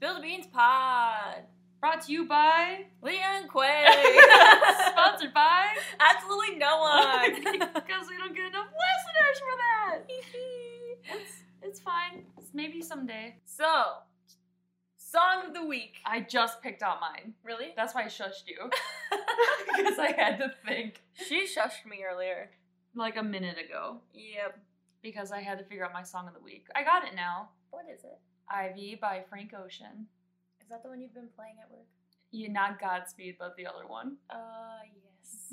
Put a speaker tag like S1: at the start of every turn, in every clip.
S1: the Beans Pod.
S2: Brought to you by.
S1: Leon Quay.
S2: Sponsored by.
S1: Absolutely no one.
S2: because we don't get enough listeners for that. it's, it's fine. It's maybe someday.
S1: so, song of the week.
S2: I just picked out mine.
S1: Really?
S2: That's why I shushed you. Because I had to think
S1: She shushed me earlier.
S2: like a minute ago.
S1: Yep.
S2: Because I had to figure out my song of the week. I got it now.
S1: What is it?
S2: Ivy by Frank Ocean.
S1: Is that the one you've been playing at work?
S2: You not Godspeed, but the other one.
S1: Uh, yes.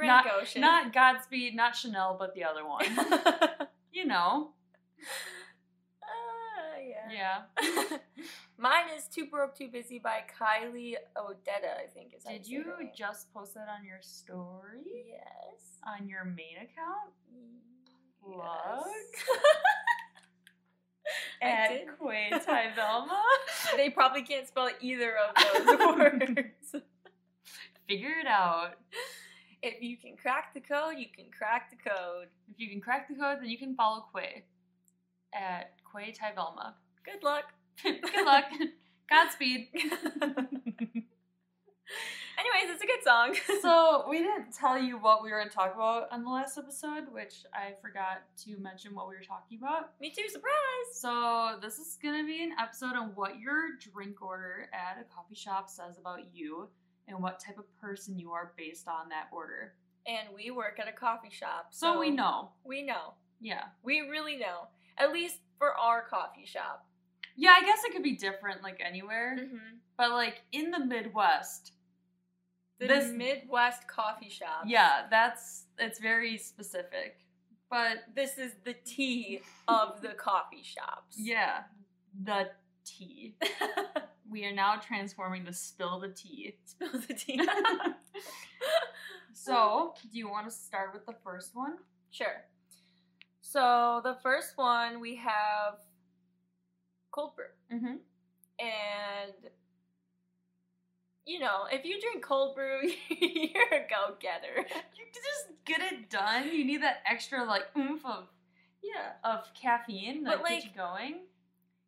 S2: Not-
S1: Frank Ocean.
S2: Not Godspeed, not Chanel, but the other one. you know.
S1: Uh, yeah.
S2: Yeah.
S1: Mine is Too Broke Too Busy by Kylie Odetta, I think is how
S2: Did
S1: say
S2: you
S1: her name.
S2: just post that on your story?
S1: Yes.
S2: On your main account? Plug.
S1: I
S2: At
S1: did.
S2: Quaid by Velma?
S1: Yes. They probably can't spell either of those words.
S2: Figure it out.
S1: If you can crack the code, you can crack the code.
S2: If you can crack the code, then you can follow Quay at Quay Ty Velma.
S1: Good luck.
S2: Good luck. Godspeed.
S1: Anyways, it's a good song.
S2: so we didn't tell you what we were going to talk about on the last episode, which I forgot to mention what we were talking about.
S1: Me too, surprise.
S2: So this is gonna be an episode on what your drink order at a coffee shop says about you and what type of person you are based on that order.
S1: And we work at a coffee shop.
S2: So, we know.
S1: We know.
S2: Yeah.
S1: We really know. At least for our coffee shop.
S2: Yeah, I guess it could be different like anywhere. But like in the Midwest,
S1: The
S2: This-
S1: Midwest coffee shop.
S2: yeah, that's it's very specific. But
S1: This is the tea of the coffee shops.
S2: yeah, the tea. we are now transforming to spill the tea.
S1: Spill the tea.
S2: So, do you want to start with the first one?
S1: sure. So the first one we have cold brew.
S2: Mm-hmm.
S1: and you know, if you drink cold brew, you're a go getter.
S2: You can just get it done. You need that extra like oomph of
S1: Yeah.
S2: of caffeine
S1: But,
S2: that
S1: like-
S2: gets you going.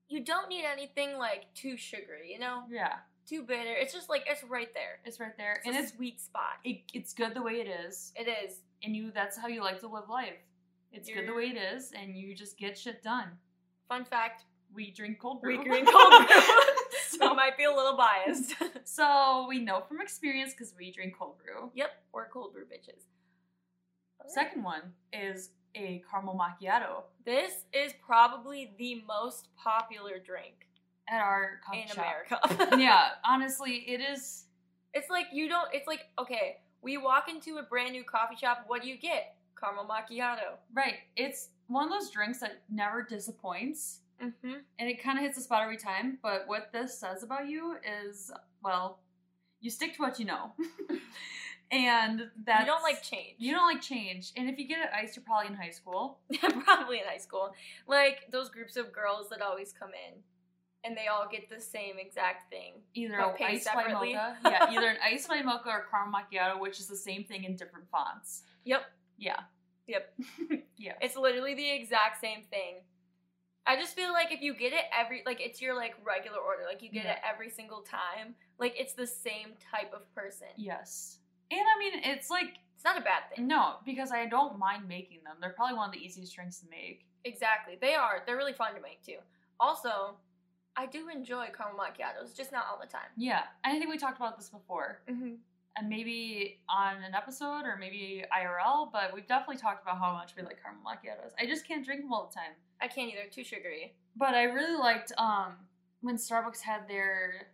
S1: You don't need anything like too sugary, you know,
S2: Yeah,
S1: too bitter. It's just like it's right there.
S2: it's right there,
S1: It's
S2: and
S1: a
S2: it's
S1: sweet spot.
S2: it, it's good the way it is,
S1: It is.
S2: and you that's how you like to live life. It's good the
S1: You're-
S2: way it is, and you just get shit done.
S1: Fun fact:
S2: We drink cold brew.
S1: we drink cold brew, so
S2: so,
S1: might be a little biased.
S2: so we know from experience because we drink cold brew.
S1: yep, we're cold brew bitches.
S2: Second one is a caramel macchiato
S1: this is probably the most popular drink
S2: at our coffee
S1: in
S2: shop.
S1: America.
S2: yeah, honestly, it is.
S1: It's like you don't. It's like okay, we walk into a brand new coffee shop. What do you get? Caramel macchiato.
S2: Right. It's one of those drinks that never disappoints.
S1: Mm-hmm.
S2: And it kind of hits the spot every time. But what this says about you is, well, you stick to what you know. and that
S1: you don't like change.
S2: You don't like change. And if you get it iced, you're probably in high school.
S1: probably in high school, like those groups of girls that always come in, and they all get the same exact thing.
S2: Either
S1: But
S2: an
S1: paid
S2: iced
S1: separately.
S2: by mocha. Yeah, either an iced by mocha or caramel macchiato, which is the same thing in different fonts.
S1: Yep,
S2: Yeah.
S1: Yep.
S2: yeah.
S1: it's literally the exact same thing. I just feel like if you get it every, like it's your like regular order, like you get it every single time, like it's the same type of person.
S2: Yes. And I mean, it's like,
S1: It's not a bad thing.
S2: no, because I don't mind making them. They're probably one of the easiest drinks to make.
S1: Exactly, they are. They're really fun to make too. Also, I do enjoy caramel macchiatos, just not all the time. Mm-hmm.
S2: Yeah, and I think we talked about this before, and maybe on an episode or maybe IRL, but we've definitely talked about how much we like caramel macchiatos. I just can't drink them all the time,
S1: I can't either. Too sugary.
S2: but I really liked um when Starbucks had their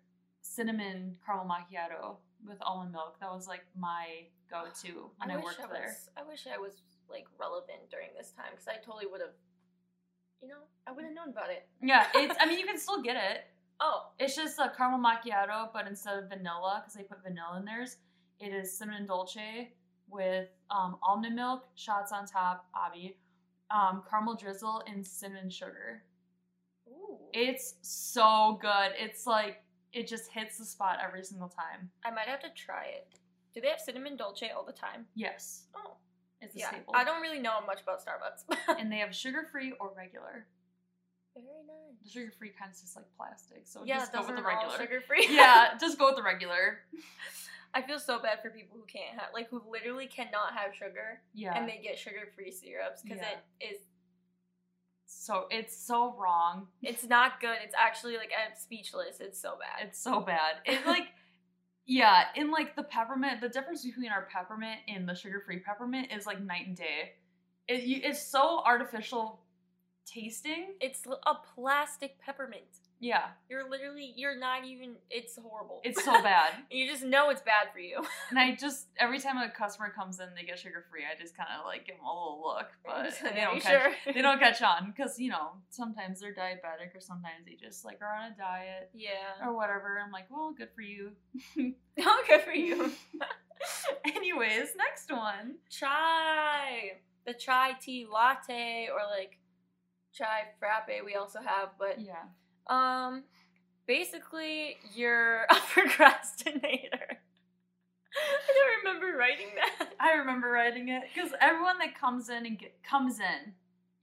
S2: cinnamon caramel macchiato with almond milk. That was like my go-to when I,
S1: wish
S2: worked
S1: I was,
S2: there.
S1: I wish I was like relevant during this time because I totally would have, you know, I would have known about it.
S2: Yeah, it's. I mean, you can still get it.
S1: Oh,
S2: It's just a caramel macchiato, but instead of vanilla, because they put vanilla in theirs, it is cinnamon dolce with um, almond milk, shots on top, Abby, um, caramel drizzle, and cinnamon sugar.
S1: ooh,
S2: It's so good. It's like it just hits the spot every single time.
S1: I might have to try it. Do they have cinnamon dolce all the time?
S2: Yes,
S1: Oh,
S2: it's a
S1: yeah.
S2: staple.
S1: I don't really know much about Starbucks.
S2: and they have sugar free or regular.
S1: Very nice.
S2: The sugar free kind of tastes like plastic, so
S1: yeah,
S2: just go
S1: those
S2: with the
S1: are all
S2: regular.
S1: sugar free.
S2: yeah, just go with the regular.
S1: I feel so bad for people who can't have, like, who literally cannot have sugar
S2: Yeah.
S1: and they get sugar free syrups because
S2: Yeah.
S1: it is,
S2: so it's so wrong.
S1: it's not good. It's actually, like, I'm speechless. It's so bad.
S2: It's so bad. It like yeah, in like the peppermint, the difference between our peppermint and the sugar-free peppermint is like night and day. It you, it's so artificial tasting.
S1: It's l- a plastic peppermint.
S2: Yeah,
S1: You're literally, you're not even, it's horrible.
S2: it's so bad.
S1: you just know it's bad for you.
S2: and I just every time a customer comes in, they get sugar-free. I just kind of like give them a little look, but
S1: Are
S2: they don't
S1: you
S2: catch
S1: sure?
S2: they don't catch on because you know sometimes they're diabetic or sometimes they just like are on a diet
S1: Yeah.
S2: or whatever. I'm like, well, good for you.
S1: Oh, good for you.
S2: Anyways, next one.
S1: chai, the chai tea latte, or like chai frappe. We also have, but
S2: Yeah.
S1: um, basically you're a procrastinator. I don't remember writing that.
S2: I remember writing it because everyone that comes in and get, comes in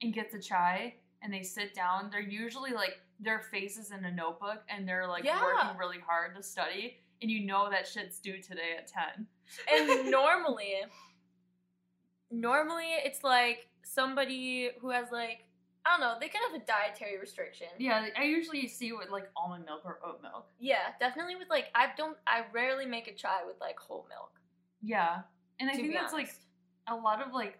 S2: and gets a chai and they sit down, they're usually like their faces in a notebook and they're like
S1: Yeah.
S2: working really hard to study, and you know that shit's due today at ten.
S1: And normally, normally it's like somebody who has like I don't know. They could have a dietary restriction.
S2: Yeah, I usually see with like almond milk or oat milk.
S1: Yeah, definitely with like I don't I rarely make a chai with like whole milk.
S2: Yeah, and I
S1: to
S2: think
S1: be
S2: that's like
S1: honest.
S2: a lot of like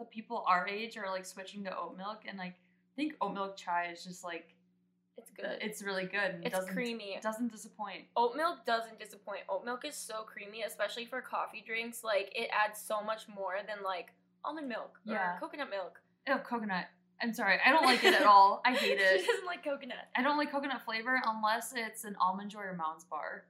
S2: the people our age are like switching to oat milk, and like I think oat milk chai is just like
S1: it's good.
S2: it's really good. And
S1: It's
S2: doesn't,
S1: creamy.
S2: It doesn't disappoint.
S1: Oat milk doesn't disappoint. Oat milk is so creamy, especially for coffee drinks. Like it adds so much more than like almond milk or
S2: Yeah.
S1: coconut milk.
S2: Oh, coconut. I'm sorry. I don't like it at all. I hate
S1: she
S2: it.
S1: doesn't like coconut.
S2: I don't like coconut flavor unless it's an almond joy or Mounds bar.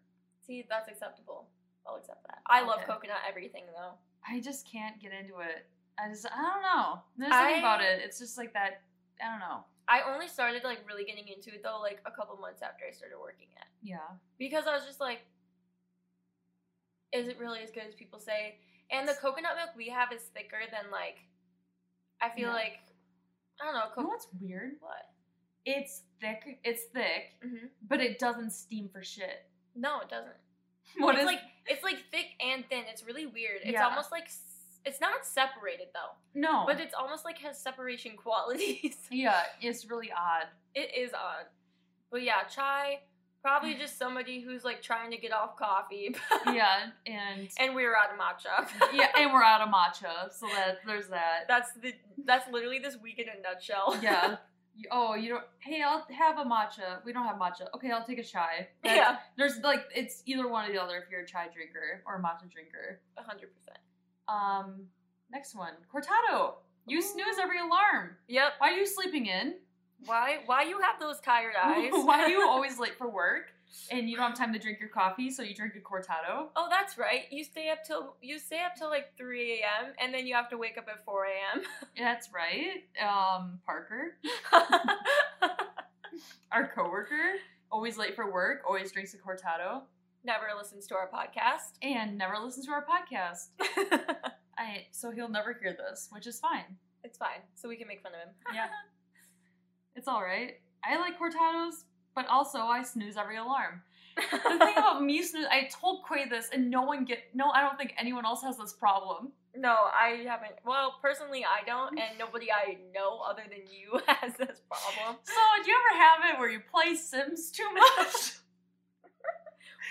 S1: See, that's acceptable. I'll accept that. I love
S2: Okay.
S1: coconut everything though.
S2: I just can't get into it. I just I don't know. There's something
S1: I-
S2: about it. It's just like that. I don't know.
S1: I only started like really getting into it though like a couple months after I started working at.
S2: Yeah.
S1: because I was just like, is it really as good as people say? And the coconut milk we have is thicker than like, I feel
S2: Yeah.
S1: like, I don't know,
S2: You know
S1: coconut.
S2: what's weird?
S1: What?
S2: It's thick. It's thick,
S1: hmm
S2: but it doesn't steam for shit.
S1: No, it doesn't.
S2: What
S1: it's
S2: is
S1: like it's like thick and thin. It's really weird. It's
S2: Yeah.
S1: almost like s- it's not separated though,
S2: no?
S1: but it's almost like has separation qualities.
S2: yeah, it's really odd.
S1: it is odd, but yeah, chai.
S2: Mm.
S1: Probably just somebody who's like trying to get off coffee,
S2: Yeah, and
S1: and we were out of matcha.
S2: yeah, and we're out of matcha, so that there's that.
S1: That's the that's literally this week in a nutshell.
S2: Yeah. You- Oh, you don't. Hey, I'll have a matcha. We don't have matcha. Okay, I'll take a chai. That's-
S1: yeah,
S2: There's like it's either one or the other if you're a chai drinker or a matcha drinker.
S1: hundred percent.
S2: Um, next one, cortado. You snooze every alarm.
S1: Yep.
S2: Why are you sleeping in?
S1: Why why you have those tired eyes?
S2: Why are you always late for work and you don't have time to drink your coffee, so you drink a cortado?
S1: Oh, that's right. You stay up till you stay up till like three a.m. and then you have to wake up at four a.m.
S2: That's right. Um, Parker, our coworker, always late for work, always drinks a cortado,
S1: Never listens to our podcast.
S2: and never listens to our podcast. I so he'll never hear this, which is fine.
S1: it's fine, so we can make fun of him.
S2: Yeah. It's all right. I like cortados, but also I snooze every alarm. The thing about me snooze, I told Quay this, and no one get no. I don't think anyone else has this problem.
S1: no, I haven't. Well, personally, I don't, and nobody I know other than you has this problem.
S2: So, do you ever have it where you play Sims too much?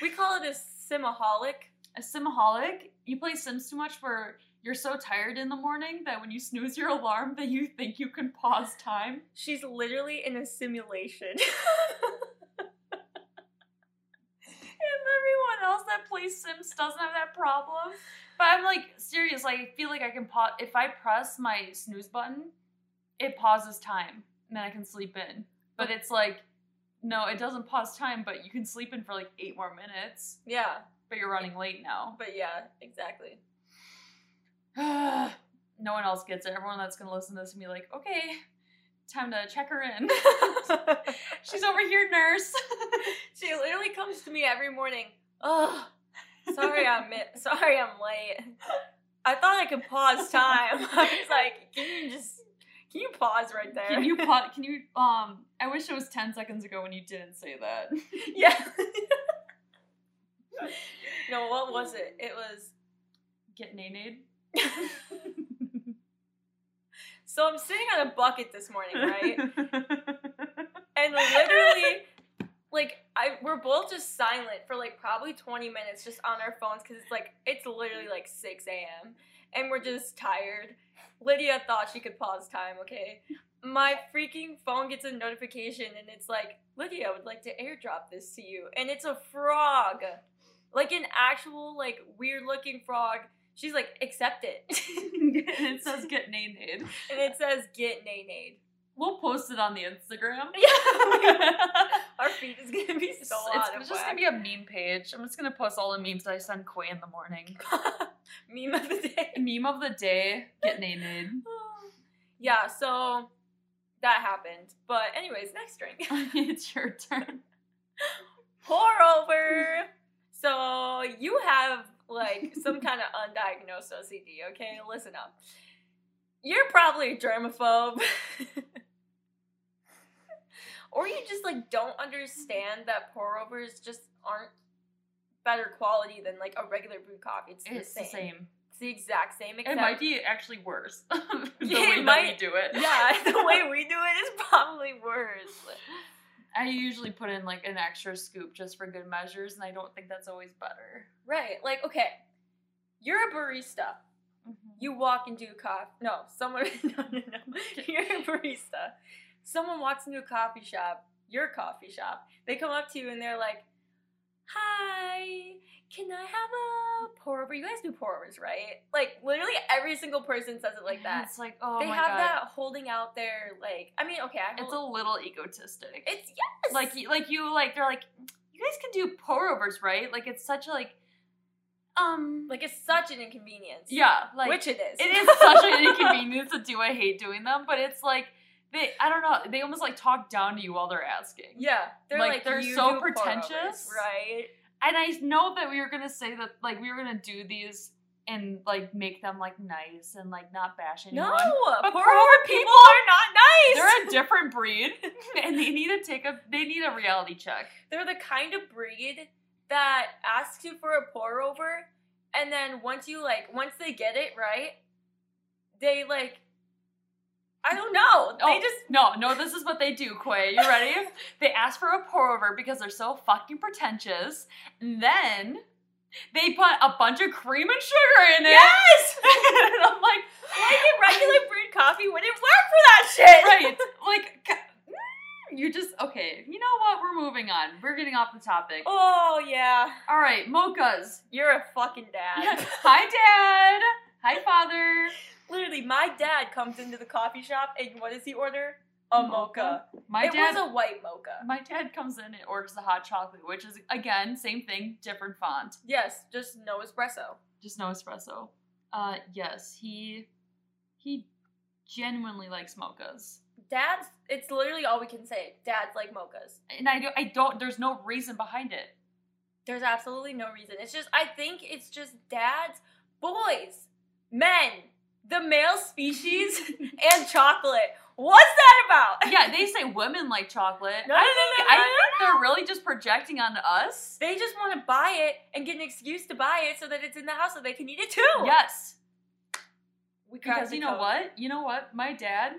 S1: We call it a simaholic.
S2: A simaholic, you play Sims too much where you're so tired in the morning that when you snooze your alarm, that you think you can pause time.
S1: She's literally in a simulation.
S2: And everyone else that plays Sims doesn't have that problem. But I'm like serious. I feel like I can pause if I press my snooze button, it pauses time, and then I can sleep in. But it's like, no, it doesn't pause time. But you can sleep in for like eight more minutes.
S1: yeah,
S2: But you're running late now.
S1: but yeah, exactly.
S2: no one else gets it. Everyone that's gonna listen to this and be like, okay, time to check her in. She's over here, nurse.
S1: she literally comes to me every morning. Oh, sorry I'm mi- sorry I'm late. I thought I could pause time. I was like, can you just Can you pause right there?
S2: Can you pot? Can you? Um, I wish it was ten seconds ago when you didn't say that.
S1: Yeah. no, what was it? It was.
S2: Get nanade.
S1: So I'm sitting on a bucket this morning, right? and literally, like, I we're both just silent for like probably 20 minutes, just on our phones, because it's like it's literally like 6 a.m. and we're just tired. Lydia thought she could pause time. Okay, my freaking phone gets a notification, and it's like Lydia would like to airdrop this to you, and it's a frog, like an actual like weird looking frog. She's like, accept it.
S2: and it says get nanade.
S1: and it says get nanade.
S2: We'll post it on the Instagram.
S1: Our feed is gonna be so
S2: it's
S1: out of
S2: just
S1: whack.
S2: gonna be a meme page. I'm just gonna post all the memes I send Quay in the morning.
S1: Meme of the day.
S2: Meme of the day, get nanade.
S1: yeah, so that happened. But anyways, next drink.
S2: it's your turn.
S1: Pour over. So you have like some kind of undiagnosed OCD, okay? Listen up. You're probably a germaphobe. or you just like don't understand that pour overs just aren't better quality than like a regular brew coffee. It's,
S2: It's the same.
S1: It's the exact same. Except
S2: It might be actually worse. the
S1: Yeah,
S2: way
S1: it
S2: that
S1: might-
S2: we do it.
S1: yeah, the way we do it is probably worse.
S2: I usually put in like an extra scoop just for good measures, and I don't think that's always better.
S1: Right? Like, okay, you're a barista. Mm-hmm. You walk into a coffee. No, someone. No, no, no. You're a barista. Someone walks into a coffee shop. Your coffee shop. They come up to you and they're like, "Hi, can I have a pour over?" You guys do pour overs, right? Like, literally every single person says it like
S2: And
S1: that.
S2: It's like oh
S1: they
S2: my
S1: have
S2: god.
S1: that holding out their like. I mean, okay, I.
S2: It's a
S1: hold-
S2: little egotistic.
S1: It's yes.
S2: like you- like you like they're like you guys can do pour overs, right? Like it's such a like um
S1: Like it's such an inconvenience.
S2: yeah like
S1: which it is.
S2: it is such an inconvenience to do. I hate doing them, but it's like they I don't know they almost like talk down to you while they're asking.
S1: Yeah, they're
S2: Like,
S1: like,
S2: they're
S1: you
S2: so
S1: do pour-overs,
S2: pretentious.
S1: right?
S2: and I know that we were gonna say that like we were gonna do these and like make them like nice and like not bash anyone.
S1: No, pour
S2: But pour-over
S1: over people are not nice.
S2: They're a different breed, and they need to take a they need a reality check.
S1: They're the kind of breed that asks you for a pour over, and then once you like, once they get it right, they like, I don't know.
S2: Oh,
S1: They just
S2: no, no. This is what they do, Quay. You ready? they ask for a pour over because they're so fucking pretentious. And then they put a bunch of cream and sugar in it.
S1: yes,
S2: and I'm like,
S1: like a regular brewed coffee wouldn't work for that shit.
S2: right, like. c- mm, You just okay. You know what? We're moving on. We're getting off the topic.
S1: Oh yeah,
S2: All right, mochas.
S1: you're a fucking dad.
S2: Hi, Dad. Hi, Father.
S1: Literally, my dad comes into the coffee shop, and what does he order? A mocha.
S2: Mocha. My
S1: it
S2: dad.
S1: was a white mocha.
S2: my dad comes in and orders the hot chocolate, which is again same thing, different font,
S1: Yes, just no espresso.
S2: just no espresso. Uh, yes, he he genuinely likes mochas,
S1: Dad's. It's literally all we can say. Dad's like mochas.
S2: and I do, I don't. There's no reason behind it.
S1: There's absolutely no reason. It's just. I think it's just dads, boys, men, the male species, and chocolate. What's that about?
S2: Yeah, they say women like chocolate.
S1: No, no, no,
S2: I
S1: no,
S2: think,
S1: no,
S2: I think they're really just projecting onto us.
S1: They just want to buy it and get an excuse to buy it so that it's in the house so they can eat it too.
S2: Yes,
S1: we cracked
S2: because
S1: the
S2: you know
S1: code.
S2: what? You know what? My dad,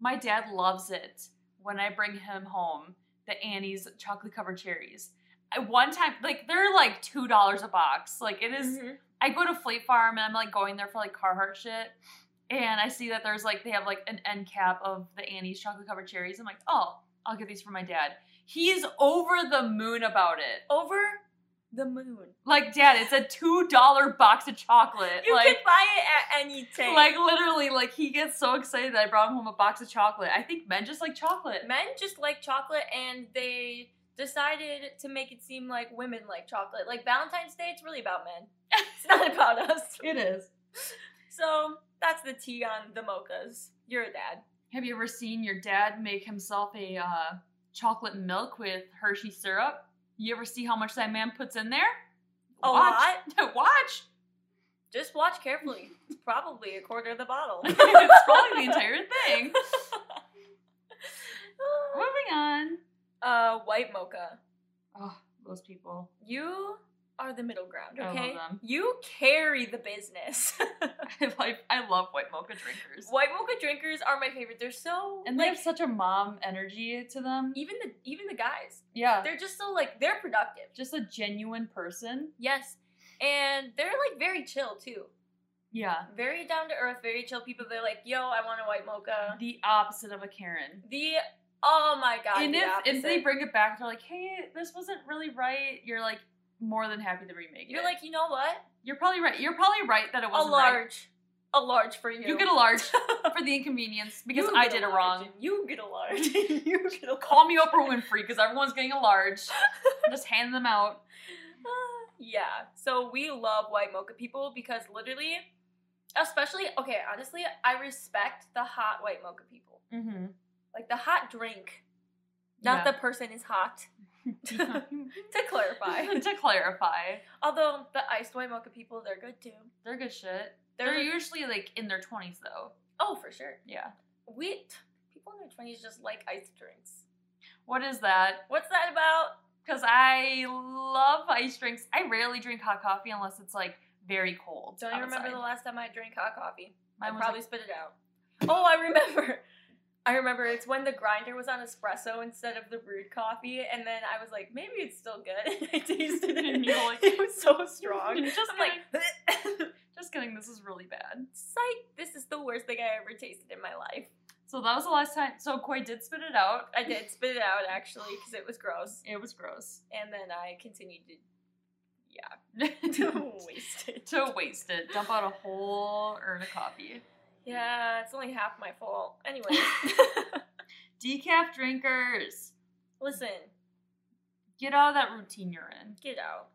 S2: my dad loves it when I bring him home the Annie's chocolate covered cherries. I, one time, like they're like two dollars a box. Like it is.
S1: Mhm.
S2: I go to Fleet Farm and I'm like going there for like Carhartt shit, and I see that there's like they have like an end cap of the Annie's chocolate covered cherries. I'm like, oh, I'll get these for my dad. He's over the moon about it.
S1: over the moon.
S2: Like, dad, it's a two dollar box of chocolate.
S1: You
S2: like,
S1: can buy it at any time.
S2: like literally, like he gets so excited that I brought him home a box of chocolate. I think men just like chocolate.
S1: men just like chocolate and they decided to make it seem like women like chocolate. Like Valentine's Day, it's really about men. It's not about us.
S2: It is.
S1: So that's the tea on the mochas. You're a dad.
S2: Have you ever seen your dad make himself a uh, chocolate milk with Hershey syrup? You ever see how much that man puts in there?
S1: A
S2: Watch. Watch.
S1: Just watch carefully. probably a quarter of the bottle.
S2: it's probably the entire thing. Moving on.
S1: uh, white mocha.
S2: Oh, those people.
S1: You are the middle ground,
S2: I love
S1: okay?
S2: them.
S1: You carry the business.
S2: I like. I love white mocha drinkers.
S1: white mocha drinkers are my favorite. They're so
S2: And they
S1: like
S2: have such a mom energy to them.
S1: even the even the guys.
S2: Yeah.
S1: They're just so like they're productive.
S2: Just a genuine person.
S1: Yes. And they're like very chill too.
S2: Yeah.
S1: Very down to earth, very chill people. They're like, yo, I want a white mocha.
S2: The opposite of a Karen.
S1: The oh my god.
S2: and
S1: the
S2: if, if they
S1: opposite.
S2: bring it back, they're like, hey, this wasn't really right. You're like more than happy to remake
S1: you're
S2: it.
S1: like, you know what?
S2: you're probably right. You're probably right that it
S1: A
S2: wasn't right.
S1: large. A large for you.
S2: You get a large for the inconvenience because
S1: You
S2: I
S1: get
S2: did
S1: a
S2: it
S1: large,
S2: wrong.
S1: and You get a large. and you get a
S2: Call me Oprah Winfrey because everyone's getting a large. Just hand them out.
S1: Uh, yeah. So we love white mocha people because literally, especially, okay, honestly, I respect the hot white mocha people.
S2: Mm-hmm.
S1: Like the hot drink, not the person is hot, to clarify.
S2: to clarify,
S1: Although the iced white mocha people, they're good too.
S2: they're good shit.
S1: They're,
S2: They're, usually like in their twenties though.
S1: oh, for sure.
S2: Yeah.
S1: We, people in their 20s just like iced drinks.
S2: What is that?
S1: What's that about?
S2: Because I love ice drinks. I rarely drink hot coffee unless it's like very cold.
S1: Don't even remember
S2: outside.
S1: the last time I drank hot coffee. I
S2: Mine was,
S1: probably spit it out. Oh, I remember. I remember it's when the grinder was on espresso instead of the brewed coffee, and then I was like, maybe it's still good. And I tasted it,
S2: And you were like-
S1: it was so
S2: like,
S1: strong.
S2: just
S1: I'm
S2: kidding.
S1: like,
S2: just kidding. This is really bad.
S1: psych, this is the worst thing I ever tasted in my life.
S2: So that was the last time. So Koi did spit it out.
S1: I did spit it out actually because it was gross,
S2: It was gross.
S1: and then I continued to
S2: to
S1: waste it.
S2: waste it, dump out a whole urn of coffee.
S1: Yeah, it's only half my fault. Anyway,
S2: Decaf drinkers,
S1: listen,
S2: get out of that routine you're in.
S1: get out.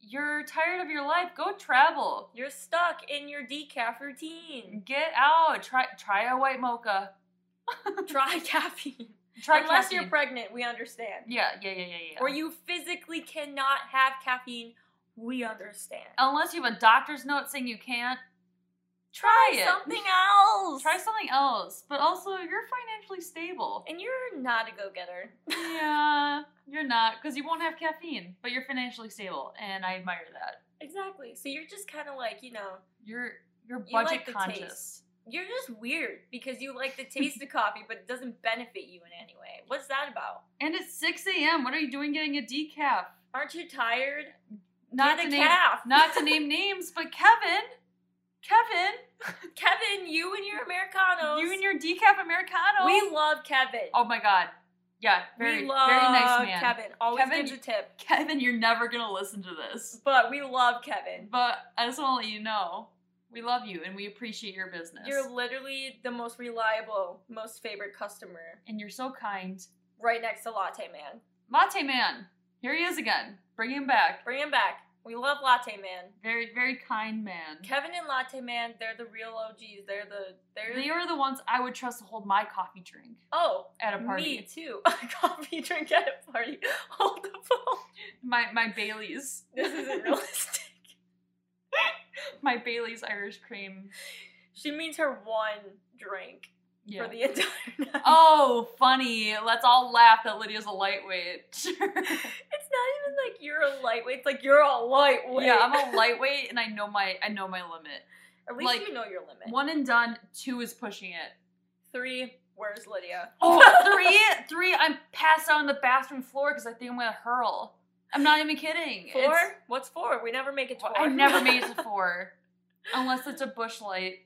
S2: You're tired of your life. Go travel.
S1: You're stuck in your decaf routine.
S2: Get out. Try try a white mocha.
S1: Try caffeine.
S2: Try
S1: Unless you're
S2: caffeine.
S1: pregnant, we understand.
S2: yeah yeah yeah yeah yeah.
S1: Or you physically cannot have caffeine, we understand.
S2: Unless you have a doctor's note saying you can't.
S1: try
S2: it.
S1: something else.
S2: Try something else. But also, you're financially stable.
S1: And you're not a go-getter.
S2: yeah, you're not because you won't have caffeine, but you're financially stable, and I admire that.
S1: Exactly. So you're just kind of like, you know,
S2: You're you're
S1: You like
S2: budget
S1: the
S2: conscious.
S1: taste. you're just weird because you like the taste of coffee, but it doesn't benefit you in any way. What's that about?
S2: And it's 6 a.m. What are you doing getting a decaf?
S1: Aren't you tired?
S2: Not
S1: Get
S2: to
S1: a
S2: name
S1: calf.
S2: not to name names, but Kevin, Kevin,
S1: Kevin, you and your Americanos.
S2: you and your decaf americano.
S1: We love Kevin.
S2: oh my god, yeah, very
S1: we love
S2: very nice man.
S1: Kevin. Always
S2: Kevin-
S1: gives a tip.
S2: Kevin, you're never gonna listen to this,
S1: But we love Kevin.
S2: but I just want to let you know we love you and we appreciate your business.
S1: You're literally the most reliable, most favorite customer
S2: and you're so kind.
S1: right next to Latte Man.
S2: Latte Man, here he is again. Bring him back.
S1: Bring him back. We love Latte Man.
S2: Very, very kind man.
S1: Kevin and Latte Man, they're the real OGs. They're the they're
S2: They are the ones I would trust to hold my coffee drink
S1: Oh,
S2: at a party.
S1: me too. A coffee drink at a party. Hold the phone.
S2: My my Bailey's.
S1: This isn't realistic.
S2: my Bailey's Irish cream.
S1: She means her one drink
S2: Yeah.
S1: for the entire night.
S2: oh, funny. Let's all laugh that Lydia's a lightweight. Sure.
S1: It's not even like you're a lightweight. It's like you're a lightweight.
S2: yeah, I'm a lightweight and I know my I know my limit.
S1: At least
S2: like,
S1: you know your limit.
S2: One and done, two is pushing it.
S1: Three. Where's Lydia?
S2: Oh, three, three, I'm passed out on the bathroom floor because I think I'm gonna hurl. I'm not even kidding.
S1: Four?
S2: It's-
S1: What's four? We never make it to
S2: Well,
S1: four.
S2: I never made it to four, unless it's a bush light.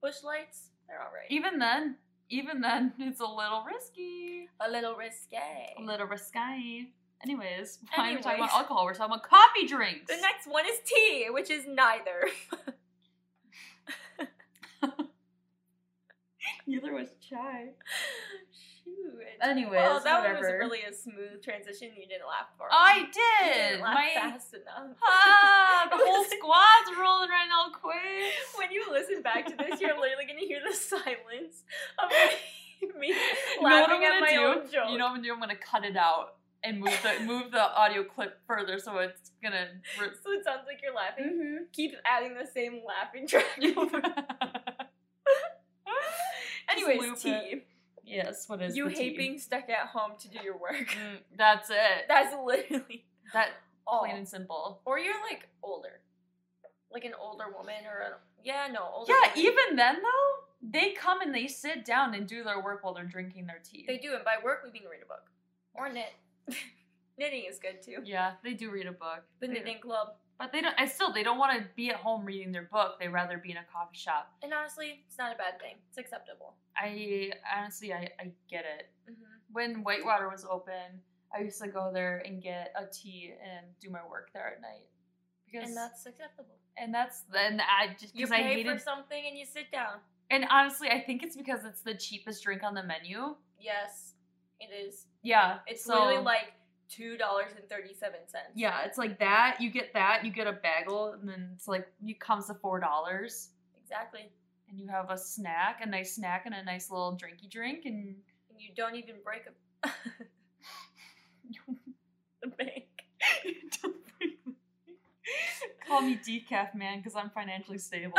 S1: Bush lights, they're all right.
S2: Even then, even then, it's a little risky.
S1: A little risque.
S2: A little risky. Anyways, why are we talking
S1: Anyways.
S2: about alcohol? We're talking about coffee drinks.
S1: the next one is tea, which is neither.
S2: Neither was chai.
S1: Shoot.
S2: Anyways,
S1: well, Oh, that one was
S2: whatever.
S1: really a smooth transition. You didn't laugh for.
S2: I
S1: You
S2: did.
S1: didn't laugh
S2: My
S1: fast enough.
S2: ah, the whole squad's rolling right now, quick.
S1: when you listen back to this, you're literally gonna hear the silence of me, me
S2: You know what I'm
S1: laughing at
S2: gonna
S1: my
S2: do?
S1: own joke.
S2: You know what I'm gonna do? I'm gonna cut it out and move the move the audio clip further so it's gonna. re-
S1: So it sounds like you're laughing.
S2: Mm-hmm.
S1: Keep adding the same laughing track. over. Anyways,
S2: loop
S1: T,
S2: yes, what is
S1: you
S2: the tea?
S1: hate being stuck at home to do your work.
S2: Mm, that's it.
S1: That's literally
S2: That
S1: all.
S2: plain and simple.
S1: Or you're like older, like an older woman, or a, yeah, no, older.
S2: Yeah,
S1: woman.
S2: even then though, they come and they sit down and do their work while they're drinking their tea.
S1: they do. And by work, we mean read a book or knit. Knitting is good too.
S2: yeah, they do read a book.
S1: The
S2: They-
S1: knitting club.
S2: But they don't. I still they don't want to be at home reading their book. They would rather be in a coffee shop.
S1: And honestly, it's not a bad thing. It's acceptable.
S2: I honestly I, I get it.
S1: Mm-hmm.
S2: When Whitewater was open, I used to go there and get a tea and do my work there at night. Because
S1: And that's acceptable.
S2: and that's then I just
S1: You
S2: because I
S1: pay
S2: hated
S1: for something and you sit down.
S2: and honestly I think it's because it's the cheapest drink on the menu.
S1: Yes, it is.
S2: Yeah,
S1: It's
S2: so-
S1: literally like two dollars and thirty-seven cents.
S2: Yeah, it's like that. You get that. You get a bagel, and then it's like it comes to four dollars,
S1: exactly.
S2: and you have a snack, a nice snack, and a nice little drinky drink, and
S1: And you don't even break a the bank.
S2: call me decaf man because I'm financially stable.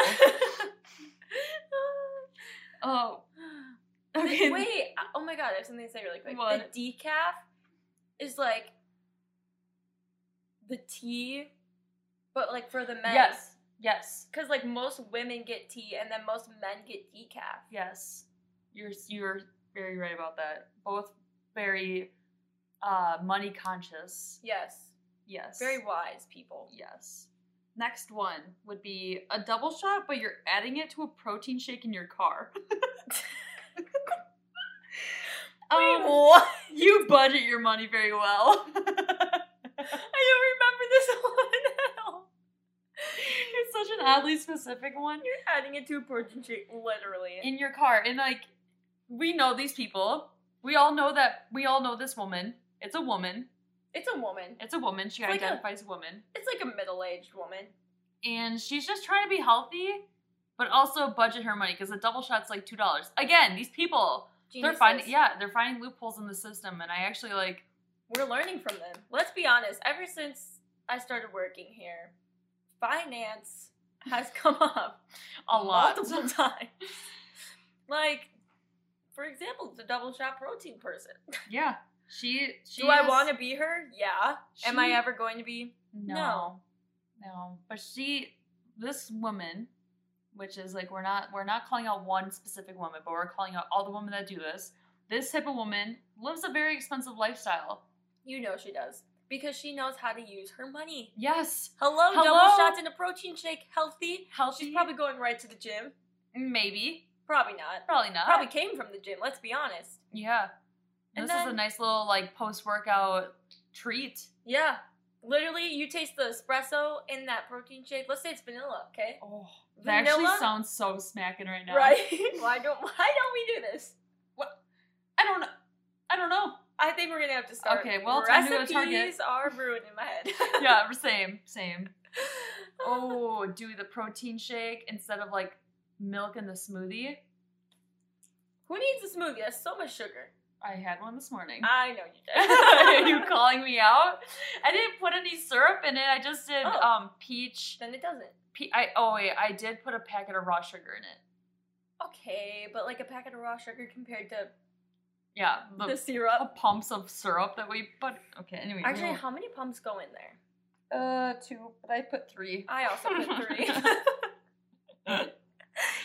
S2: oh, okay.
S1: Wait. I- Oh my god! I have something to say really quick.
S2: What?
S1: The decaf is like the tea, but like for the men.
S2: Yes, yes,
S1: Because like most women get tea, and then most men get decaf.
S2: yes. You're you're very right about that. Both very uh, money conscious.
S1: Yes.
S2: Yes,
S1: Very wise people.
S2: Yes. Next one would be a double shot, but you're adding it to a protein shake in your car.
S1: Wait,
S2: Um,
S1: what?
S2: you budget your money very well.
S1: I don't remember this one at all.
S2: it's such an oddly specific one.
S1: You're adding it to a protein shake, literally.
S2: In your car, and like we know these people. We all know that we all know this woman. It's a woman.
S1: it's a woman.
S2: It's a woman. She
S1: It's like a-
S2: identifies woman.
S1: It's like a middle-aged woman.
S2: and she's just trying to be healthy, but also budget her money because the double shot's like two dollars. Again, these people
S1: Geniuses.
S2: they're finding yeah they're finding loopholes in the system, and I actually like
S1: We're learning from them. Let's be honest. Ever since I started working here, finance has come up
S2: a lot.
S1: multiple times. Like, for example, the double shot protein person.
S2: yeah, she she.
S1: Do I want to be her? Yeah. Am I ever going to be?
S2: No, no. But she, this woman, which is like we're not we're not calling out one specific woman, but we're calling out all the women that do this. This type of woman lives a very expensive lifestyle.
S1: You know she does because she knows how to use her money.
S2: Yes,
S1: Hello, double
S2: Hello?
S1: shots and a protein shake, healthy.
S2: healthy.
S1: She's probably going right to the gym.
S2: maybe
S1: Probably not.
S2: probably not
S1: Probably came from the gym. Let's be honest.
S2: Yeah.
S1: And
S2: this is a
S1: then-
S2: nice little like post workout treat.
S1: Yeah, literally, you taste the espresso in that protein shake. Let's say it's vanilla, okay?
S2: Oh, that
S1: Vanilla?
S2: actually sounds so smacking right now.
S1: Right? why don't Why don't we do this?
S2: I don't know. I don't know.
S1: I think we're gonna have to start.
S2: Okay, well, time to go to
S1: recipes
S2: Target.
S1: are brewing in my head.
S2: Yeah, same, same. Oh, do the protein shake instead of like milk in the smoothie.
S1: Who needs a smoothie? That's so much sugar.
S2: I had one this morning.
S1: I know you
S2: Are
S1: did.
S2: you calling me out? I didn't put any syrup in it. I just did
S1: Oh.
S2: um peach.
S1: Then it doesn't.
S2: Pe- I oh wait, I did put a packet of raw sugar in it.
S1: Okay, but like a packet of raw sugar compared to
S2: Yeah,
S1: the,
S2: the,
S1: syrup.
S2: pumps of syrup that we put. Okay, anyway. we
S1: Actually,
S2: won't-
S1: how many pumps go in there?
S2: Uh, two, but I put three.
S1: I also put three.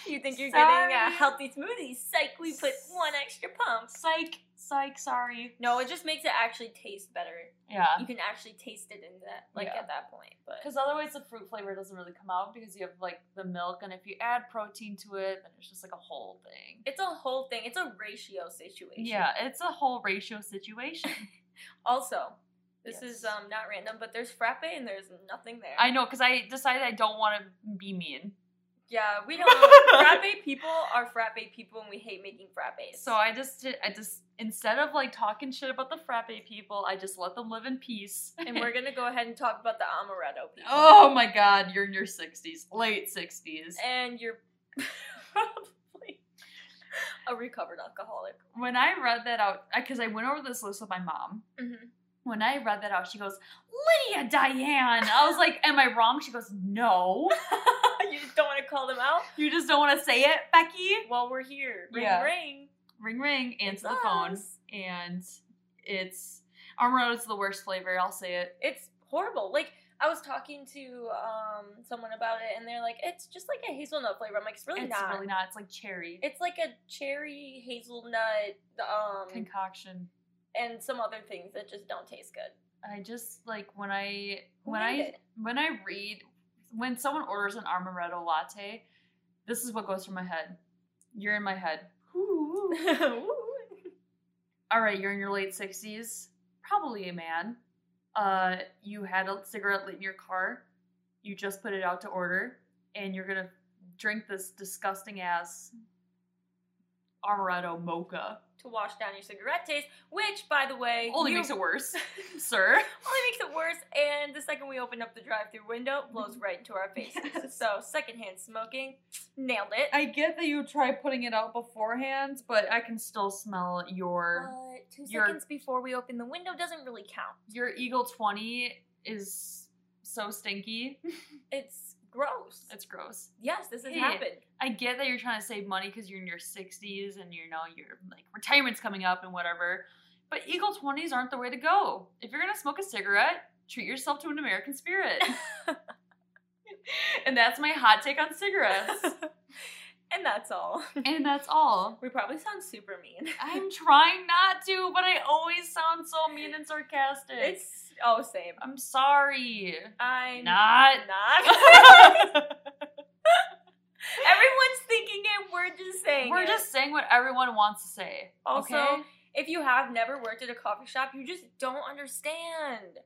S1: you think you're
S2: Sorry.
S1: getting a healthy smoothie? Psych, we put one extra pump.
S2: Psych, psych, sorry.
S1: No, it just makes it actually taste better.
S2: Yeah,
S1: You can actually taste it in that, like
S2: Yeah.
S1: at that point. But
S2: because otherwise the fruit flavor doesn't really come out because you have like the milk, and if you add protein to it, then it's just like a whole thing.
S1: it's a whole thing. It's a ratio situation.
S2: Yeah, it's a whole ratio situation.
S1: Also, this
S2: Yes.
S1: is um not random, but there's frappe and there's nothing there.
S2: I know, because I decided I don't want to be mean,
S1: Yeah, we don't. frappe people are frappe people, and we hate making frappes.
S2: so I just did. I just instead of like talking shit about the frappe people, I just let them live in peace.
S1: and we're gonna go ahead and talk about the amaretto people.
S2: oh my god, you're in your sixties, late sixties.
S1: and you're probably a recovered alcoholic.
S2: when I read that out, because I went over this list with my mom,
S1: Mm-hmm.
S2: When I read that out, she goes, Lydia Diane. I was like, Am I wrong? She goes, No.
S1: you just don't want to call them out.
S2: You just don't want to say it, Becky.
S1: Well, we're here. Ring,
S2: Yeah.
S1: ring.
S2: Ring, ring, answer the
S1: It's
S2: phone.
S1: us.
S2: And it's Armorode's the worst flavor. I'll say it.
S1: It's horrible. Like I was talking to um someone about it, and they're like, "It's just like a hazelnut flavor." I'm like, "It's really
S2: it's
S1: not.
S2: really not. It's like cherry
S1: It's like a cherry hazelnut, um,
S2: concoction.
S1: and some other things that just don't taste good."
S2: I just like when I
S1: Who
S2: when
S1: made
S2: I
S1: it?
S2: when I read when someone orders an amaretto latte, this is what goes through my head. You're in my head. All right, you're in your late sixties, probably a man. Uh, you had a cigarette lit in your car. You just put it out to order, and you're gonna drink this disgusting ass amaretto mocha.
S1: to wash down your cigarette taste, which, by the way,
S2: Only
S1: you-
S2: makes it worse, sir.
S1: only makes it worse. And the second we open up the drive-through window, it blows right into our faces.
S2: Yes.
S1: So secondhand smoking, nailed it.
S2: I get that you try putting it out beforehand, but I can still smell your
S1: But Uh, two
S2: Your-
S1: seconds before we open the window doesn't really count.
S2: your Eagle Twenty is so stinky.
S1: It's gross.
S2: It's gross.
S1: yes, this has
S2: Hey.
S1: happened.
S2: I get that you're trying to save money because you're in your 60s and you know your like retirement's coming up and whatever. But Eagle 20s aren't the way to go. If you're gonna smoke a cigarette, treat yourself to an American Spirit. and that's my hot take on cigarettes.
S1: and that's all.
S2: and that's all.
S1: We probably sound super mean.
S2: I'm trying not to, but I always sound so mean and sarcastic.
S1: It's oh same.
S2: I'm sorry.
S1: I'm
S2: Not.
S1: not. Everyone's thinking it. We're just saying.
S2: We're
S1: it.
S2: just saying what everyone wants to say.
S1: Also,
S2: okay?
S1: if you have never worked at a coffee shop, you just don't understand,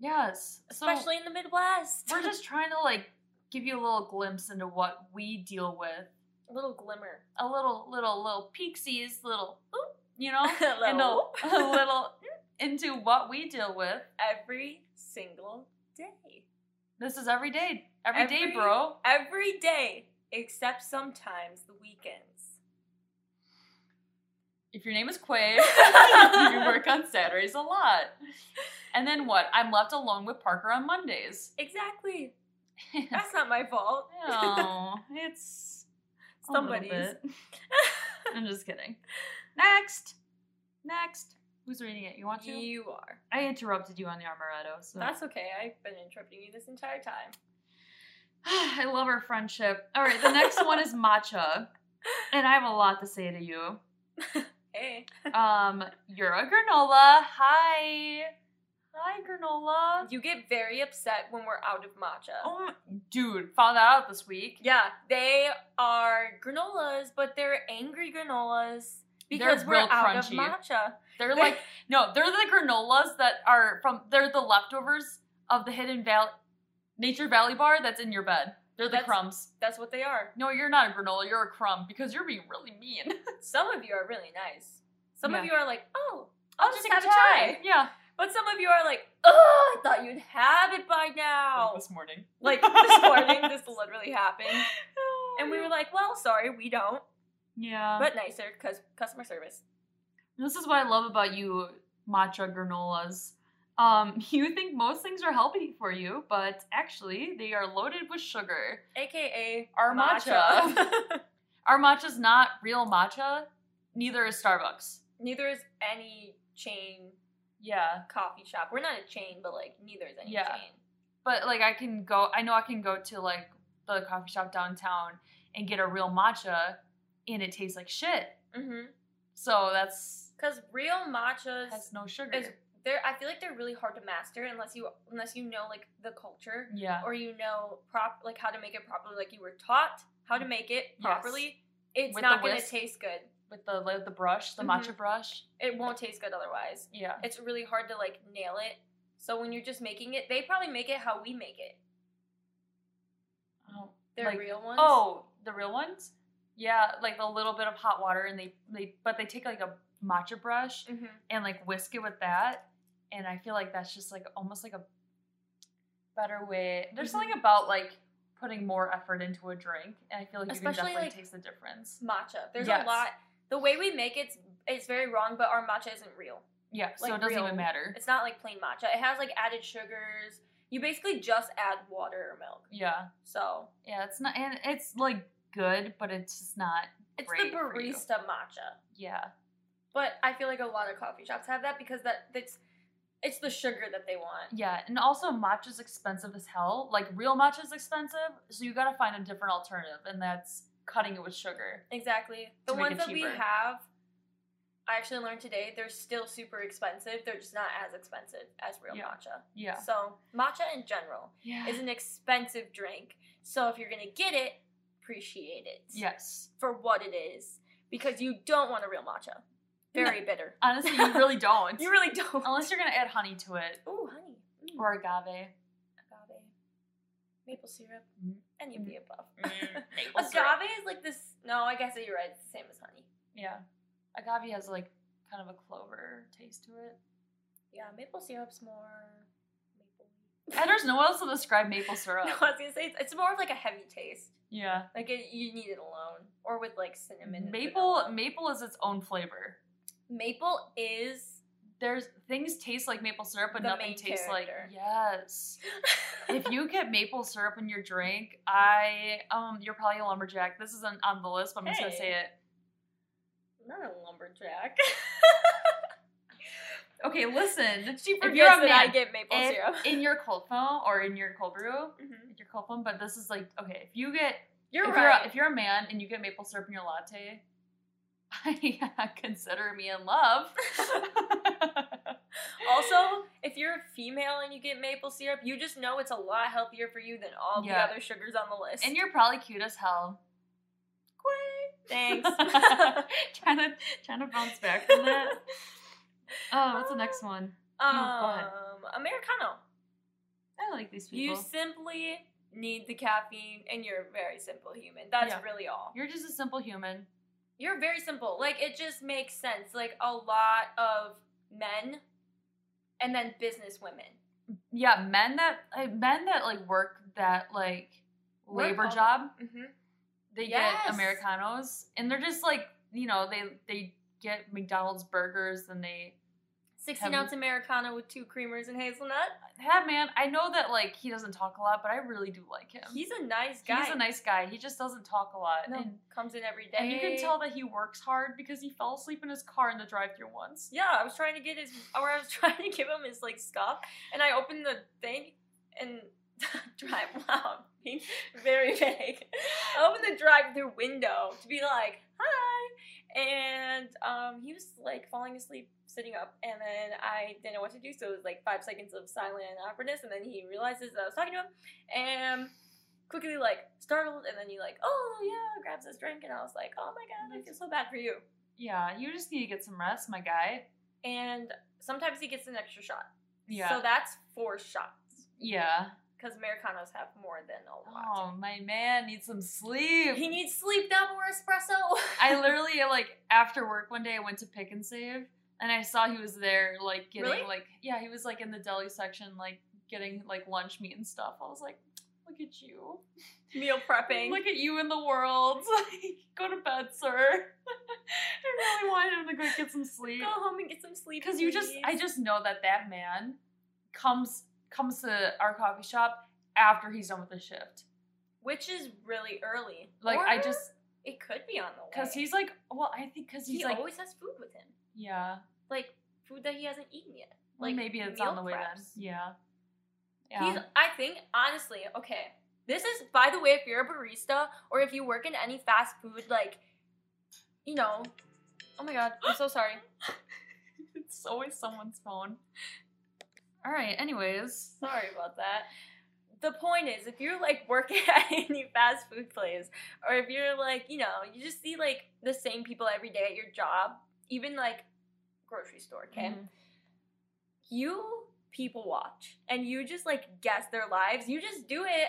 S2: yes. So-
S1: especially in the Midwest.
S2: we're just trying to like give you a little glimpse into what we deal with
S1: little glimmer.
S2: a little little little peeksies little oop, you know
S1: Little
S2: and a,
S1: oop.
S2: a little mm, into what we deal with
S1: Every single day.
S2: this is every day every day
S1: Every-
S2: bro
S1: Every day, except sometimes the weekends.
S2: if your name is quay you work on saturdays a lot and then what i'm left alone with parker on mondays
S1: Exactly. That's not my fault.
S2: no it's a little
S1: Somebody's.
S2: bit. i'm just kidding next next who's reading it you want to
S1: You are.
S2: I interrupted you on the Armoretto, so
S1: That's okay. I've been interrupting you this entire time.
S2: I love our friendship. All right, the next one is matcha, and I have a lot to say to you.
S1: Hey.
S2: Um, you're a granola. Hi, hi, granola.
S1: You get very upset when we're out of matcha.
S2: Oh, my- dude, found that out this week.
S1: Yeah, they are granolas, but they're angry granolas because
S2: They're
S1: we're
S2: real
S1: out of
S2: crunchy.
S1: matcha.
S2: They're like, no, they're the granolas that are from. They're the leftovers of the Hidden Valley, Nature Valley bar that's in your bed. They're the
S1: That's-
S2: crumbs.
S1: That's what they are.
S2: No, you're not a granola. You're a crumb because you're being really mean.
S1: Some of you are really nice. Some of
S2: Yeah.
S1: you are like, oh, I'll, just
S2: take
S1: have a try.
S2: Yeah.
S1: But some of you are like, oh, I thought you'd have it by
S2: Like
S1: now.
S2: this morning.
S1: like this morning, this literally happened. And we were like, well, sorry, we don't.
S2: yeah.
S1: But nicer because customer service.
S2: This is what I love about you, matcha granolas. Um, you think most things are healthy for you, but actually they are loaded with sugar.
S1: AKA
S2: Our matcha. Our matcha's not real matcha, neither is Starbucks.
S1: neither is any chain
S2: Yeah.
S1: coffee shop. We're not a chain, but like neither is any
S2: Yeah.
S1: chain.
S2: But like I can go I know I can go to like the coffee shop downtown and get a real matcha and it tastes like shit.
S1: Mm-hmm.
S2: So that's
S1: Because real matchas,
S2: has no sugar.
S1: is they're I feel like they're really hard to master unless you unless you know like the culture
S2: yeah.
S1: or you know prop like how to make it properly. Like you were taught how to make it
S2: Yes.
S1: properly. It's
S2: With
S1: not
S2: the
S1: going to
S2: whisk.
S1: taste good.
S2: With the like the brush, the
S1: Mhm.
S2: matcha brush.
S1: It won't taste good otherwise.
S2: Yeah.
S1: It's really hard to like nail it. So when you're just making it, they probably make it how we make it.
S2: Oh.
S1: They're
S2: Like,
S1: real ones.
S2: Oh, the real ones? Yeah, like a little bit of hot water and they they but they take like a matcha brush
S1: hmm
S2: and like whisk it with that and I feel like that's just like almost like a better way. There's
S1: Mhm.
S2: something about like putting more effort into a drink and I feel
S1: Especially,
S2: like you can definitely
S1: like-
S2: taste the difference.
S1: matcha. There's
S2: Yes.
S1: a lot. The way we make it's it's very wrong, but our matcha isn't real.
S2: Yeah, so
S1: Like
S2: it doesn't
S1: real-
S2: even matter.
S1: It's not like plain matcha. It has like added sugars. You basically just add water or milk.
S2: Yeah,
S1: So
S2: yeah, it's not, and it's like good, but it's just not.
S1: it's
S2: Great
S1: the
S2: for you.
S1: barista matcha.
S2: Yeah,
S1: But I feel like a lot of coffee shops have that because that that's it's the sugar that they want.
S2: yeah, and also matcha's expensive as hell. Like real matcha's expensive, so you gotta find a different alternative, and that's cutting it with sugar.
S1: Exactly. The
S2: To make
S1: ones
S2: it
S1: that we
S2: cheaper.
S1: have, I actually learned today, they're still super expensive. They're just not as expensive as real
S2: Yeah.
S1: matcha.
S2: Yeah,
S1: So matcha in general
S2: yeah,
S1: is an expensive drink. So if you're gonna get it, appreciate it.
S2: yes.
S1: For what it is. Because you don't want a real matcha. Very bitter.
S2: Honestly, you really don't.
S1: You really don't.
S2: Unless you're gonna add honey to it
S1: Ooh, honey. Mm.
S2: or agave.
S1: agave, maple syrup,
S2: Mm.
S1: any of the above. Mm,
S2: Maple syrup.
S1: agave is like this. No, I guess that you're right. It's the same as honey.
S2: Yeah, agave has like kind of a clover taste to it.
S1: Yeah, maple syrup's more maple.
S2: And there's no one else to describe maple syrup.
S1: No, I was gonna say it's, it's more of like a heavy taste.
S2: Yeah.
S1: Like it, you need it alone, or with like cinnamon. and
S2: Maple
S1: vanilla.
S2: maple is its own flavor.
S1: Maple is.
S2: There's things taste like maple syrup, but
S1: The
S2: nothing
S1: main
S2: tastes
S1: character.
S2: like yes. if you get maple syrup in your drink, I um you're probably a lumberjack. This isn't on the list, but I'm just gonna
S1: Hey.
S2: say it.
S1: Not a lumberjack.
S2: Okay, listen.
S1: she
S2: you're a
S1: forgets that I
S2: man,
S1: get maple
S2: if-
S1: syrup.
S2: in your cold foam or in your cold brew,
S1: Mhm.
S2: your cold foam, but this is like okay, if you get
S1: You're
S2: if
S1: right.
S2: you're a, if you're a man and you get maple syrup in your latte, I consider me in love.
S1: Also, if you're a female and you get maple syrup, you just know it's a lot healthier for you than all
S2: Yeah.
S1: the other sugars on the list.
S2: and you're probably cute as hell.
S1: thanks.
S2: trying to trying to bounce back from that. Oh, what's the next one? ahead.
S1: um, Americano.
S2: I like these
S1: You
S2: people.
S1: simply need the caffeine, and you're a very simple human. That's
S2: Yeah.
S1: really all.
S2: You're just a simple human.
S1: You're very simple. Like it just makes sense. Like a lot of men, and then business women.
S2: Yeah, men that like, men that like work that like
S1: Work
S2: labor
S1: all-
S2: job,
S1: Mm-hmm.
S2: they
S1: Yes.
S2: get americanos, and they're just like you know they they get McDonald's burgers and they
S1: Sixteen
S2: Have-
S1: ounce Americano with two creamers and hazelnut.
S2: that man. I know that like he doesn't talk a lot, but I really do like him.
S1: He's a nice guy.
S2: He's a nice guy. He just doesn't talk a lot.
S1: No,
S2: And,
S1: comes in every day.
S2: and you can tell that he works hard because he fell asleep in his car in the drive-through once.
S1: Yeah, I was trying to get his, or I was trying to give him his like stuff, and I opened the thing and drive. Wow, I'm being very vague. I opened the drive-through window to be like, "Hi," and um, he was like falling asleep, sitting up, and then I didn't know what to do, so it was like five seconds of silent awkwardness, and then he realizes that I was talking to him, and quickly like startled, and then he like, "Oh yeah," grabs his drink, and I was like, "Oh my god, I feel so bad for you."
S2: Yeah, you just need to get some rest, my guy.
S1: and sometimes he gets an extra shot.
S2: Yeah.
S1: So that's four shots
S2: yeah.
S1: because Americanos have more than a lot.
S2: Oh, my man needs some sleep.
S1: He needs sleep, not more espresso.
S2: I literally like after work one day I went to pick and save and I saw he was there like getting
S1: Really?
S2: like yeah, he was like in the deli section like getting like lunch meat and stuff. I was like, look at you.
S1: Meal prepping.
S2: Look at you in the world. Like, go to bed, sir. I really wanted him to go get some sleep.
S1: Go home and get some sleep.
S2: because you just i
S1: please.
S2: just know that that man comes comes to our coffee shop after he's done with the shift
S1: which is really early.
S2: like i
S1: Or
S2: just
S1: it could be on the way
S2: because he's like well i think because
S1: he
S2: he's like
S1: always has food with him,
S2: yeah
S1: like food that he hasn't eaten yet.
S2: well,
S1: Like
S2: maybe it's
S1: meal
S2: on the way then
S1: preps.
S2: yeah yeah
S1: He's, I think, honestly, okay. This is, by the way, if you're a barista or if you work in any fast food, like, you know. Oh my god, I'm so sorry.
S2: it's always someone's phone all right anyways
S1: Sorry about that. The point is, if you're like working at any fast food place, or if you're like, you know, you just see like the same people every day at your job, even like grocery store, okay?
S2: Mhm.
S1: You people watch and you just like guess their lives. You just do it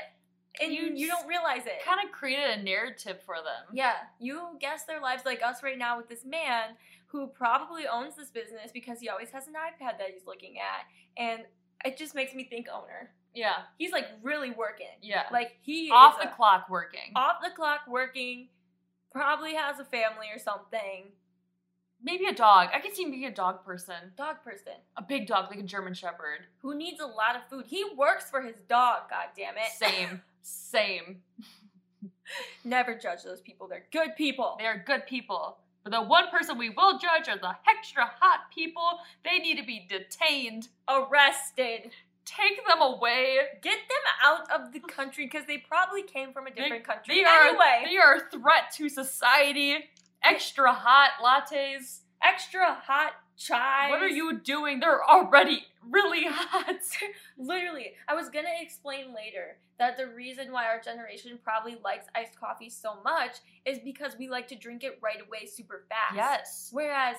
S1: and
S2: You
S1: you, you
S2: just
S1: don't realize it.
S2: kind of created a narrative for them
S1: Yeah, you guess their lives like us right now with this man who probably owns this business because he always has an iPad that he's looking at. And it just makes me think owner.
S2: yeah
S1: He's like really working.
S2: yeah
S1: Like he
S2: off
S1: is
S2: the
S1: a-
S2: clock working
S1: off the clock working, probably has a family or something.
S2: Maybe a dog. I could see him being a dog person.
S1: Dog person
S2: A big dog, like a German Shepherd.
S1: who needs a lot of food. He works for his dog. God damn it!
S2: Same. Same.
S1: Never judge those people. They're good people.
S2: They are good people. But the one person we will judge are the extra hot people. They need to be detained.
S1: Arrested.
S2: Take them away.
S1: Get them out of the country because they probably came from a different country.
S2: They are,
S1: anyway,
S2: they are a threat to society. Extra hot lattes.
S1: extra hot chai.
S2: What are you doing? They're already really hot.
S1: Literally, I was gonna explain later that the reason why our generation probably likes iced coffee so much is because we like to drink it right away, super fast.
S2: Yes.
S1: Whereas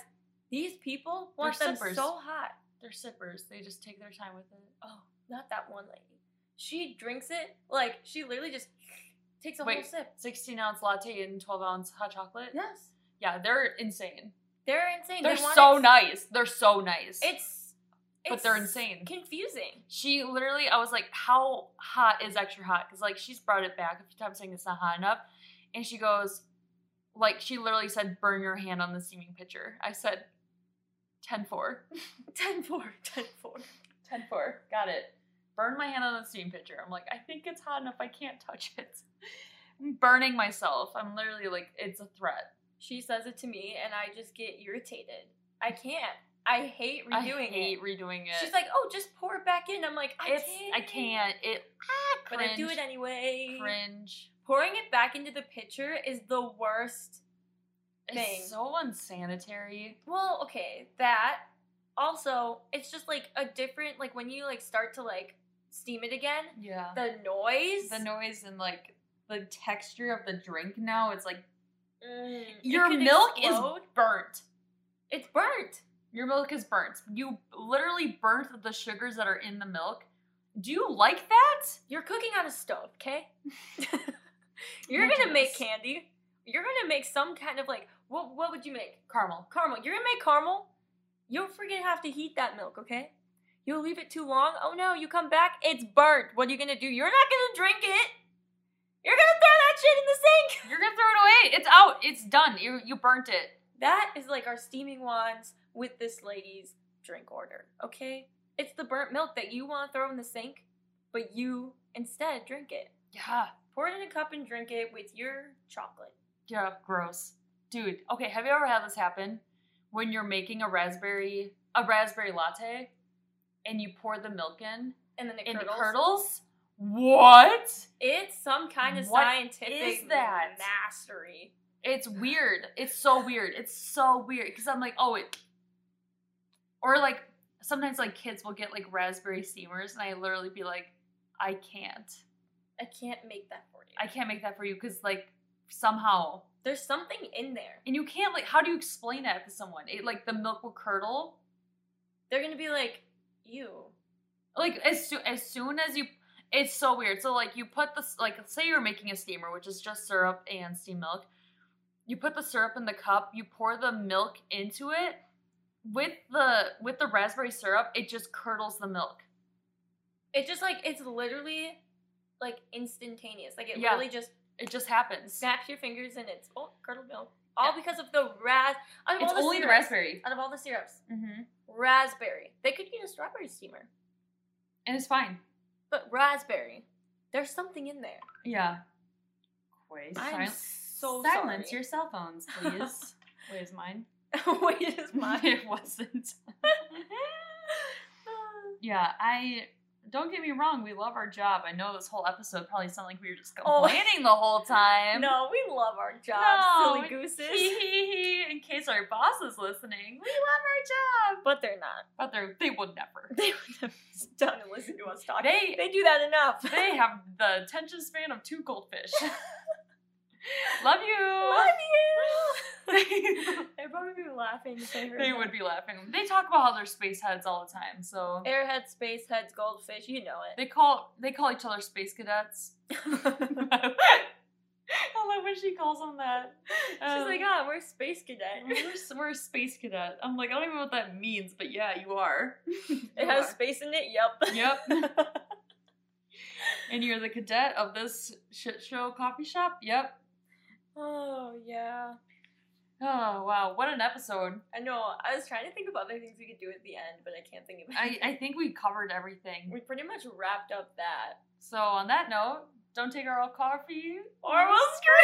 S1: these people want
S2: They're
S1: them
S2: sippers.
S1: so hot.
S2: They're sippers. They just take their time with it.
S1: Oh, not that one lady. She drinks it like she literally just takes a whole
S2: Wait.
S1: sip.
S2: 16 ounce latte and 12 ounce hot chocolate.
S1: Yes,
S2: Yeah, they're insane.
S1: they're insane.
S2: They're
S1: They want
S2: so
S1: it-
S2: nice. They're so nice.
S1: It's, it's
S2: But they're insane.
S1: Confusing.
S2: she literally, I was like, how hot is extra hot? Because, like, she's brought it back a few times saying it's not hot enough. And she goes, like, she literally said, burn your hand on the steaming pitcher. I said, 10 4.
S1: 10 4, 10 4.
S2: 10 4. Got it. Burn my hand on the steam pitcher. I'm like, I think it's hot enough. I can't touch it. I'm burning myself. I'm literally like, it's a threat.
S1: She says it to me, and I just get irritated. I can't. I hate redoing
S2: I hate
S1: it.
S2: redoing it.
S1: She's like, oh, just pour it back in. I'm like, I
S2: it's,
S1: can't.
S2: I can't. It, ah,
S1: But I do it anyway.
S2: Cringe.
S1: Pouring it back into the pitcher is the worst. thing.
S2: It's so unsanitary.
S1: Well, okay, that. Also, it's just like a different, like when you like start to like steam it again,
S2: Yeah.
S1: the noise.
S2: The noise and like the texture of the drink now, it's like
S1: Mm, it
S2: Your
S1: could
S2: milk is-
S1: explode.
S2: burnt.
S1: It's burnt.
S2: Your milk is burnt. You literally burnt the sugars that are in the milk. Do you like that?
S1: You're cooking on a stove, okay? You're
S2: Imagine
S1: gonna make
S2: this.
S1: candy. You're gonna make some kind of like what? What would you make?
S2: Caramel.
S1: Caramel. You're gonna make caramel. You'll freaking have to heat that milk, okay? You'll leave it too long. Oh no! You come back, it's burnt. What are you gonna do? You're not gonna drink it. You're gonna throw that shit in the sink.
S2: You're gonna throw it away. It's out. It's done. You you burnt it.
S1: That is like our steaming wands with this lady's drink order, okay? It's the burnt milk that you want to throw in the sink, but you instead drink it.
S2: Yeah.
S1: Pour it in a cup and drink it with your chocolate.
S2: Yeah. Gross. Dude. Okay. Have you ever had this happen when you're making a raspberry a raspberry latte and you pour the milk in
S1: And then it
S2: and it
S1: curdles.
S2: curdles? What?
S1: It's some kind of
S2: What
S1: scientific
S2: is that?
S1: mastery.
S2: It's weird. It's so weird. It's so weird because I'm like, oh, it. Or like sometimes like kids will get like raspberry steamers, and I literally be like, I can't.
S1: I can't make that for you.
S2: I can't make that for you because like somehow,
S1: There's something in there.
S2: and you can't like. How do you explain that to someone? It like the milk will curdle.
S1: They're gonna be like, you.
S2: Like as soon as soon as you, it's so weird. So like you put the s- like say you're making a steamer, which is just syrup and steamed milk. You put the syrup in the cup. You pour the milk into it. With the with the raspberry syrup, it just curdles the milk.
S1: It's just like it's literally like instantaneous. Like it
S2: Yeah.
S1: really just
S2: It just happens.
S1: snaps your fingers and it's oh curdled milk. All because of the ras. Out of
S2: It's
S1: all the
S2: only the
S1: syrups-
S2: raspberry,
S1: Out of all the syrups,
S2: mm-hmm.
S1: raspberry. They could get a strawberry steamer,
S2: and it's fine.
S1: but raspberry. There's something in there.
S2: Yeah. Wait,
S1: I'm so
S2: sil- silence
S1: sorry.
S2: your cell phones, please. Wait, is mine?
S1: Wait, is mine.
S2: it wasn't. Yeah, I don't get me wrong, we love our job. I know this whole episode probably sounded like we were just
S1: Oh.
S2: complaining the whole time.
S1: No, we love our jobs,
S2: No,
S1: silly
S2: Hee
S1: gooses.
S2: hee hee. In case our boss is listening, we love our job.
S1: but they're not.
S2: But they they would never.
S1: They would have done and listen to us talk.
S2: They-
S1: they do that enough.
S2: They have the attention span of two goldfish. love you.
S1: love you. They'd probably be laughing if they heard.
S2: They
S1: that.
S2: would be laughing. They talk about how they're space heads all the time. So
S1: Airhead, space heads, goldfish. You know it.
S2: they call they call each other space cadets. I love when she calls them that.
S1: She's
S2: Um,
S1: like, ah, we're space
S2: We're,
S1: cadet.
S2: s- we're a space cadet. I'm like, I don't even know what that means, but yeah, you are.
S1: It has space in it. Yep.
S2: Yep. and you're the cadet of this shit show coffee shop? Yep.
S1: Oh yeah.
S2: Oh wow, what an episode!
S1: I know. I was trying to think of other things we could do at the end, but I can't think of it.
S2: I, I think we covered everything.
S1: we pretty much wrapped up that.
S2: So on that note, don't take our coffee
S1: Or we'll screw